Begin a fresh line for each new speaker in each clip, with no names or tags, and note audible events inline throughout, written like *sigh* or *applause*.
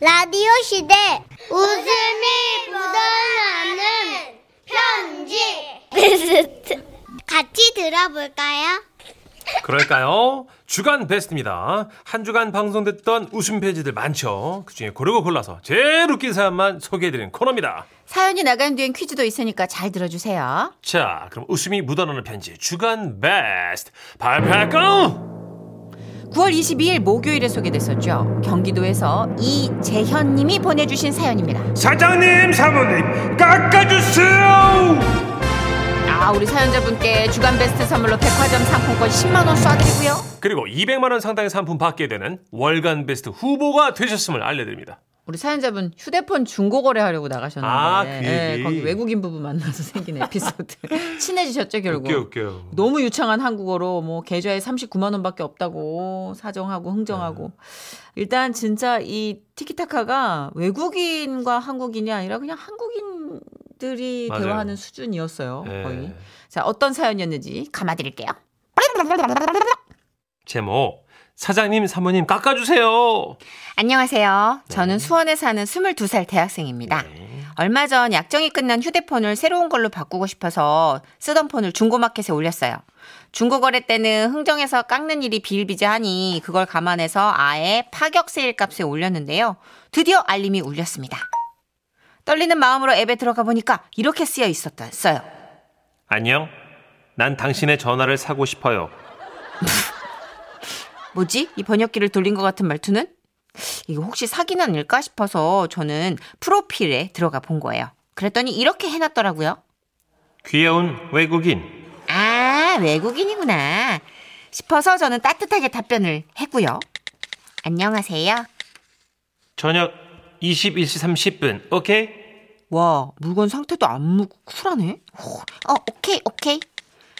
라디오 시대 웃음이 묻어나는 편지 베스트 같이 들어볼까요?
그럴까요? 주간 베스트입니다. 한 주간 방송됐던 웃음 페이지들 많죠. 그중에 고르고 골라서 제일 웃긴 사연만 소개해드리는 코너입니다.
사연이 나간 뒤엔 퀴즈도 있으니까 잘 들어주세요.
자, 그럼 웃음이 묻어나는 편지 주간 베스트 발표할까요?
9월 22일 목요일에 소개됐었죠. 경기도에서 이재현님이 보내주신 사연입니다.
사장님, 사모님, 깎아주세요.
아, 우리 사연자분께 주간 베스트 선물로 백화점 상품권 10만원 쏴드리고요.
그리고 200만 원 상당의 상품 받게 되는 월간 베스트 후보가 되셨음을 알려드립니다.
우리 사연자분 휴대폰 중고거래 하려고 나가셨는데.
아, 그
예,
얘기.
거기 외국인 부부 만나서 생긴 에피소드. *laughs* 친해지셨죠, 결국.
웃겨 웃겨.
너무 유창한 한국어로 뭐 계좌에 39만 원밖에 없다고 사정하고 흥정하고
네.
일단 진짜 이 티키타카가 외국인과 한국인이 아니라 그냥 한국인들이
맞아요.
대화하는 수준이었어요
예.
거의 자 어떤 사연이었는지 감아드릴게요
제목 사장님, 사모님 깎아주세요.
안녕하세요
네.
저는 수원에 사는 22살 대학생입니다 얼마 전 약정이 끝난 휴대폰을 새로운 걸로 바꾸고 싶어서 쓰던 폰을 중고마켓에 올렸어요. 중고거래 때는 흥정에서 깎는 일이 비일비재하니 그걸 감안해서 아예 파격 세일 값에 올렸는데요. 드디어 알림이 울렸습니다. 떨리는 마음으로 앱에 들어가 보니까 이렇게 쓰여 있었던 써요.
안녕. 난 당신의 전화를 사고 싶어요.
뭐지? 이 번역기를 돌린 것 같은 말투는? 이거 혹시 사기는 아닐까 싶어서 저는 프로필에 들어가 본 거예요. 그랬더니 이렇게 해놨더라고요.
귀여운 외국인.
아, 외국인이구나. 싶어서 저는 따뜻하게 답변을 했고요. 안녕하세요.
저녁 21시 30분. 오케이?
와, 물건 상태도 안 묵고 쿨하네. 어, 오케이, 오케이.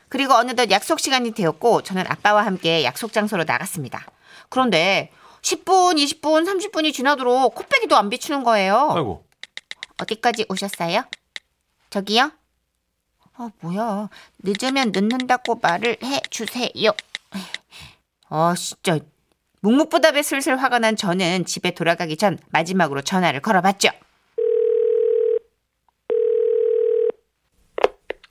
그리고 어느덧 약속 시간이 되었고 저는 아빠와 함께 약속 장소로 나갔습니다. 그런데 10분, 20분, 30분이 지나도록 코빼기도 안 비추는 거예요.
아이고.
어디까지 오셨어요? 저기요? 아, 뭐야. 늦으면 늦는다고 말을 해 주세요. 아, 진짜. 묵묵부답에 슬슬 화가 난 저는 집에 돌아가기 전 마지막으로 전화를 걸어봤죠.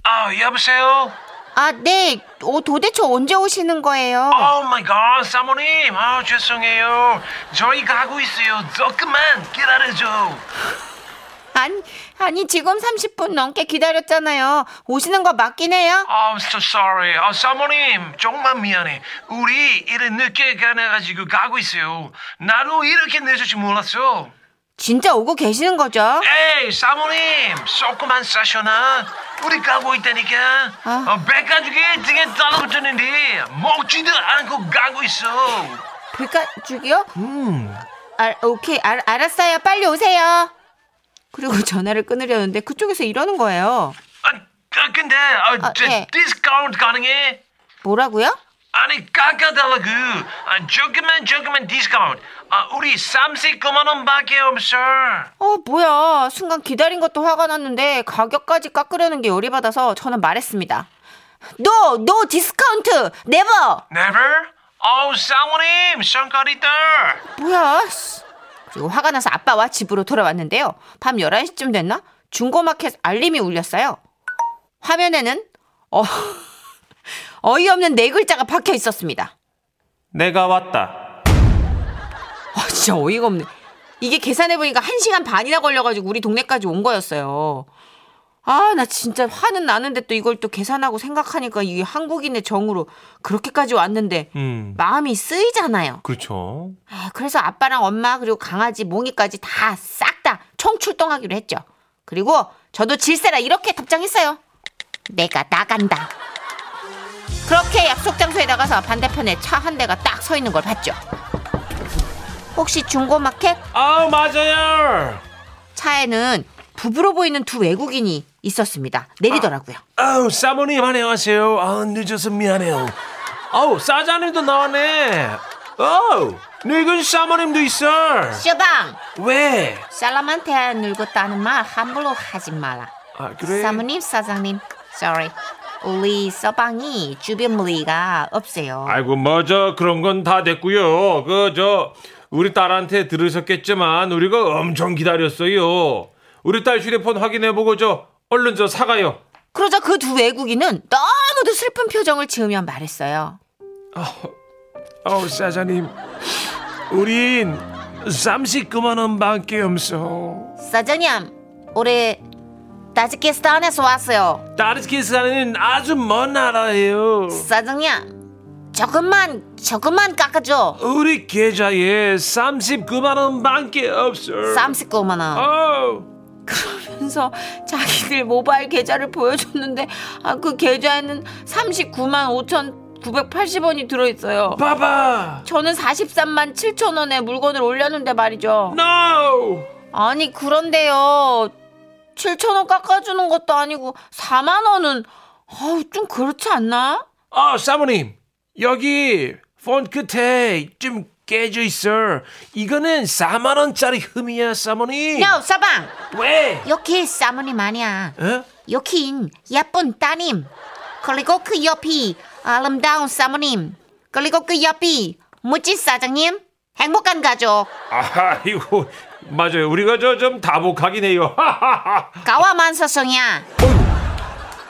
아, 여보세요?
아, 네. 어, 도대체 언제 오시는 거예요?
오 마이 갓, Oh 사모님. 아, 죄송해요. 저희 가고 있어요. 조금만 기다려줘.
아니, 아니, 지금 30분 넘게 기다렸잖아요. 오시는 거 맞긴 해요?
I'm so sorry. 아, 사모님, 정말 미안해. 우리 이래 늦게 가나가지고 가고 있어요. 나도 이렇게 늦을 줄 몰랐어.
진짜 오고 계시는 거죠?
에이, 사모님, 조금만 싸셔나. 우리 가고 있다니까.
아.
어, 백가죽에 등에 달라붙었는데 먹지도 않고 가고 있어. 아,
불가죽이요? 음. 알, 오케이, 알, 알았어요. 빨리 오세요. 그리고 *laughs* 전화를 끊으려는데 그쪽에서 이러는 거예요.
아, 아, 근데 아,
아,
저,
예.
디스카운트 가능해?
뭐라고요?
아니 깎아달라고 아, 조금만 조금만 디스카운트 아, 우리 39만 원밖에 없어
어, 뭐야. 순간 기다린 것도 화가 났는데 가격까지 깎으려는 게 열이 받아서 저는 말했습니다. 노! 노 디스카운트! 네버!
Never? 어우 사모님 성가리들
뭐야. 씨. 그리고 화가 나서 아빠와 집으로 돌아왔는데요. 밤 11시쯤 됐나? 중고마켓 알림이 울렸어요. 화면에는 어, *laughs* 어이없는 네 글자가 박혀 있었습니다.
내가 왔다.
아, 진짜 어이가 없네. 이게 계산해보니까 1시간 반이나 걸려가지고 우리 동네까지 온 거였어요. 아, 나 진짜 화는 나는데 또 이걸 또 계산하고 생각하니까 이게 한국인의 정으로 그렇게까지 왔는데
음.
마음이 쓰이잖아요.
그렇죠.
아, 그래서 아빠랑 엄마 그리고 강아지 몽이까지 다 싹 다 총출동하기로 했죠. 그리고 저도 질세라 이렇게 답장했어요. 내가 나간다. 그렇게 약속 장소에 나가서 반대편에 차 한 대가 딱 서 있는 걸 봤죠. 혹시 중고마켓
아, 맞아요.
차에는 부부로 보이는 두 외국인이 있었습니다. 내리더라고요.
아우, 사모님 안녕하세요. 아, 늦어서 미안해요. 아우, 사장님도 나왔네. 아우, 늙은 사모님도 있어.
아.
쇼방
왜?
사람한테 늙었다는 말 함부로 하지 마라.
아, 그래?
사모님 사장님, sorry. 우리 서방이 주변 무리가 없어요.
아이고 뭐저 그런 건 다 됐고요. 그 저 우리 딸한테 들으셨겠지만 우리가 엄청 기다렸어요. 우리 딸 휴대폰 확인해보고 저 얼른 저 사가요.
그러자 그 두 외국인은 너무도 슬픈 표정을 지으며 말했어요.
어, 사장님. 우린 39만 원밖에 없어.
사장님, 우리 다지키스탄에서 왔어요.
따르키스탄은 아주 먼 나라예요.
사장님, 조금만 조금만 깎아줘.
우리 계좌에 39만 원밖에 없어.
39만 원.
어.
그러면서 자기들 모바일 계좌를 보여줬는데 아, 그 계좌에는 39만 5천 980원이 들어있어요.
봐봐.
저는 43만 7천 원에 물건을 올렸는데 말이죠.
No.
아니 그런데요. 7천 원 깎아주는 것도 아니고 4만 원은 아우 좀 그렇지 않나?
아, 사모님. 여기 폰 끝에 좀 깨져 있어. 이거는 4만 원짜리 흠이야, 사모님.
야 사방
왜?
여기 사모님 아니야.
어?
여긴 예쁜 따님 그리고 그 옆이 아름다운 사모님 그리고 그 옆이 멋진 사장님 행복한 가족
아, 이거 맞아요. 우리가 저 좀 다복하긴 해요. 하하하.
가와만사성이야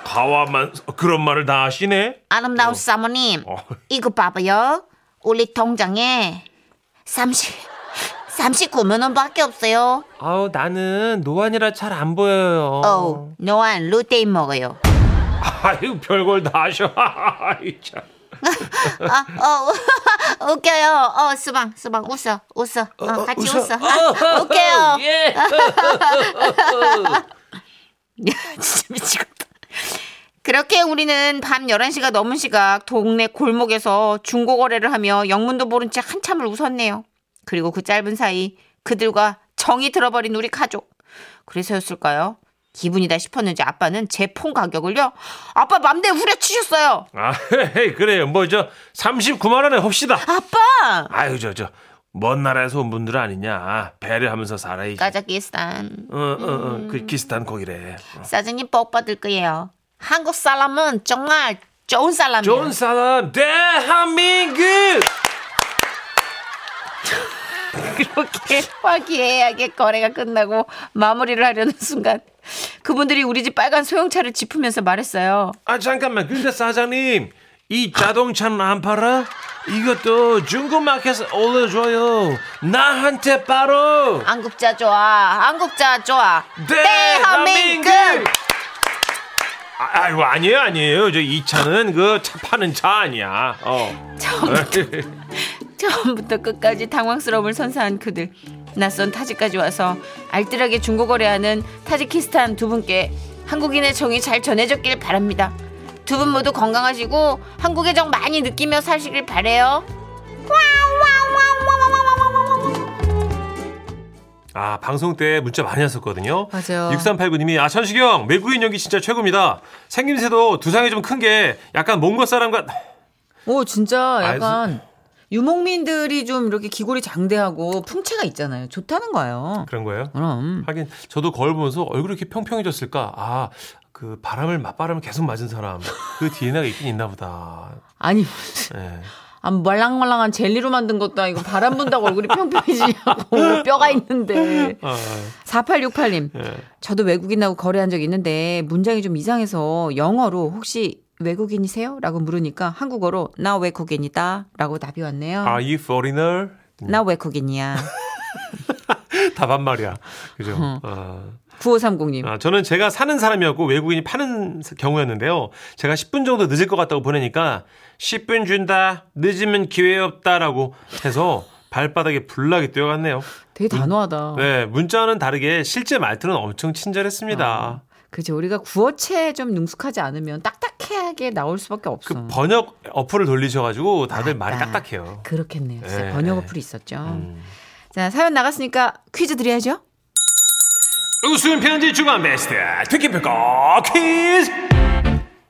가와만 그런 말을 다 하시네.
아름다운 사모님
어.
이거 봐봐요 우리 통장에 30 39만 원밖에 없어요
아우 나는 노안이라 잘 안 보여요.
어우 노안 루테인 먹어요
아유 별걸 다 하셔. *laughs* 아이, 참.
아, 어, *laughs* 웃겨요 어 수방 수방 웃어 웃어 어, 같이 웃어, 웃겨요
예.
야, 진짜 미치겠다. 그렇게 우리는 밤 11시가 넘은 시각 동네 골목에서 중고거래를 하며 영문도 모른 채 한참을 웃었네요. 그리고 그 짧은 사이 그들과 정이 들어버린 우리 가족. 그래서였을까요? 기분이다 싶었는지 아빠는 제 폰 가격을요. 아빠 맘대로 후려치셨어요.
아, 헤헤, 그래요. 뭐 저 39만 원에 봅시다.
아빠!
아유 저 저. 먼 나라에서 온 분들 아니냐 배려하면서 살아야지
까자키스탄.
어어어 그 키스탄 거기래 어.
사장님 복 받을 거예요. 한국 사람은 정말 좋은 사람이에요.
좋은 사람 대한민국
그렇게 화기애애하게 거래가 끝나고 마무리를 하려는 순간 그분들이 우리 집 빨간 소형차를 짚으면서 말했어요.
아 잠깐만 근데 사장님 이 자동차는 안 팔아? 이것도 중고마켓에 올려줘요 나한테 바로
한국자 좋아, 한국자 좋아.
대한민국 아, 아이고 아니에요 아니에요 저 이 차는 그 차 파는 차 아니야 어
처음부터 끝까지 당황스러움을 선사한 그들. 낯선 타지까지 와서 알뜰하게 중고거래하는 타지키스탄 두 분께 한국인의 정이 잘 전해졌길 바랍니다. 두 분 모두 건강하시고 한국의 정 많이 느끼며 사시길 바래요.
아 방송 때 문자 많이 왔었거든요.
맞아요.
6389님이 아 천식이 형 외국인 연기 진짜 최고입니다. 생김새도 두상이 좀 큰 게 약간 몽골 사람 같.
오 진짜
아,
약간 유목민들이 좀 이렇게 기골이 장대하고 풍채가 있잖아요. 좋다는 거예요.
그런 거예요?
그럼
하긴 저도 거울 보면서 얼굴이 이렇게 평평해졌을까? 아. 그 바람을 맞바람을 계속 맞은 사람 그 DNA가 있긴 있나 보다.
아니
예.
아, 말랑말랑한 젤리로 만든 것도 아니고 바람 분다고 얼굴이 평평해지냐고 *laughs* 뼈가 있는데
아,
4868님
예.
저도 외국인하고 거래한 적이 있는데 문장이 좀 이상해서 영어로 혹시 외국인이세요? 라고 물으니까 한국어로 나 외국인이다 라고 답이 왔네요.
Are you foreigner?
나 외국인이야.
다 반말이야. 그죠? 어.
9530님
아, 저는 제가 사는 사람이었고 외국인이 파는 경우였는데요. 제가 10분 정도 늦을 것 같다고 보내니까 10분 준다. 늦으면 기회 없다라고 해서 발바닥에 불나게 뛰어갔네요.
되게 단호하다.
네, 문자와는 다르게 실제 말투는 엄청 친절했습니다.
그치 우리가 구어체에 좀 능숙하지 않으면 딱딱하게 나올 수밖에 없어.
그 번역 어플을 돌리셔가지고 다들 말이
음. 맞다.
딱딱해요.
그렇겠네요. 진짜
예,
번역
예.
어플이 있었죠.
음.
자 사연 나갔으니까 퀴즈 드려야죠.
웃음 편지 주간 베스트 특기평가 퀴즈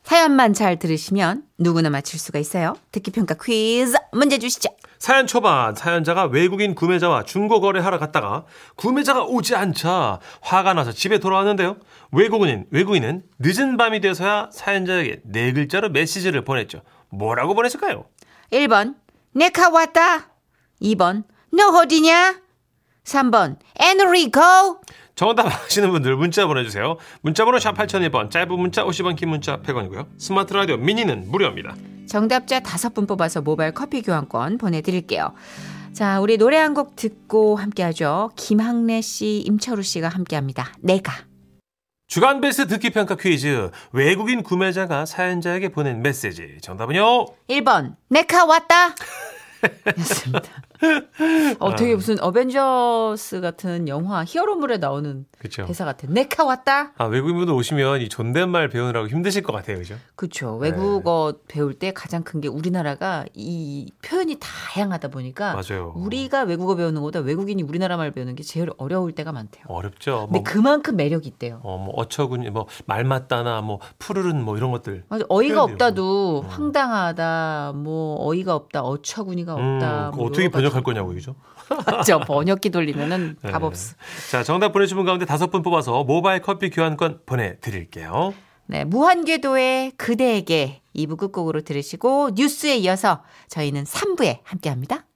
사연만 잘 들으시면 누구나 맞힐 수가 있어요. 듣기 평가 퀴즈 문제 주시죠.
사연 초반 사연자가 외국인 구매자와 중고 거래하러 갔다가 구매자가 오지 않자 화가 나서 집에 돌아왔는데요. 외국인 외국인은 늦은 밤이 돼서야 사연자에게 네 글자로 메시지를 보냈죠. 뭐라고 보냈을까요?
1번 내가 왔다. 2번 너 어디냐? 3번 에누리코
정답 아시는 분들 문자 보내주세요. 문자번호 샵 8001번, 짧은 문자 50원, 긴 문자 100원이고요. 스마트 라디오 미니는 무료입니다.
정답자 5분 뽑아서 모바일 커피 교환권 보내드릴게요. 자 우리 노래 한 곡 듣고 함께하죠. 김학래 씨, 임철우 씨가 함께합니다. 내가
주간 베스트 듣기 평가 퀴즈. 외국인 구매자가 사연자에게 보낸 메시지. 정답은요?
1번 네카 왔다 였습니다. 어, 되게 무슨 어벤져스 같은 영화 히어로물에 나오는
그쵸.
대사 같아. 네카 왔다.
아, 외국인분들 오시면 이 존댓말 배우느라고 힘드실 것 같아요. 그죠?
그렇죠.
네.
외국어 배울 때 가장 큰 게 우리나라가 이 표현이 다양하다 보니까
맞아요.
우리가 외국어 배우는 것보다 외국인이 우리나라 말 배우는 게 제일 어려울 때가 많대요.
어렵죠.
근데
뭐,
그만큼 매력이 있대요.
어, 뭐 어처구니, 뭐, 말 맞다나, 뭐, 푸르른, 뭐, 이런 것들.
맞아. 어이가
표현이
없다도
음.
황당하다, 뭐 어이가 없다, 어처구니가
음,
없다.
그거
뭐
어떻게
여러 가지.
번역할 거냐고, 네. 그죠?
맞죠. 번역기
*laughs*
돌리면은 답 없어.
자, 정답 보내주신 분 가운데 다섯 분 뽑아서 모바일 커피 교환권 보내드릴게요.
네, 무한궤도의 그대에게 2부 끝곡으로 들으시고 뉴스에 이어서 저희는 3부에 함께합니다.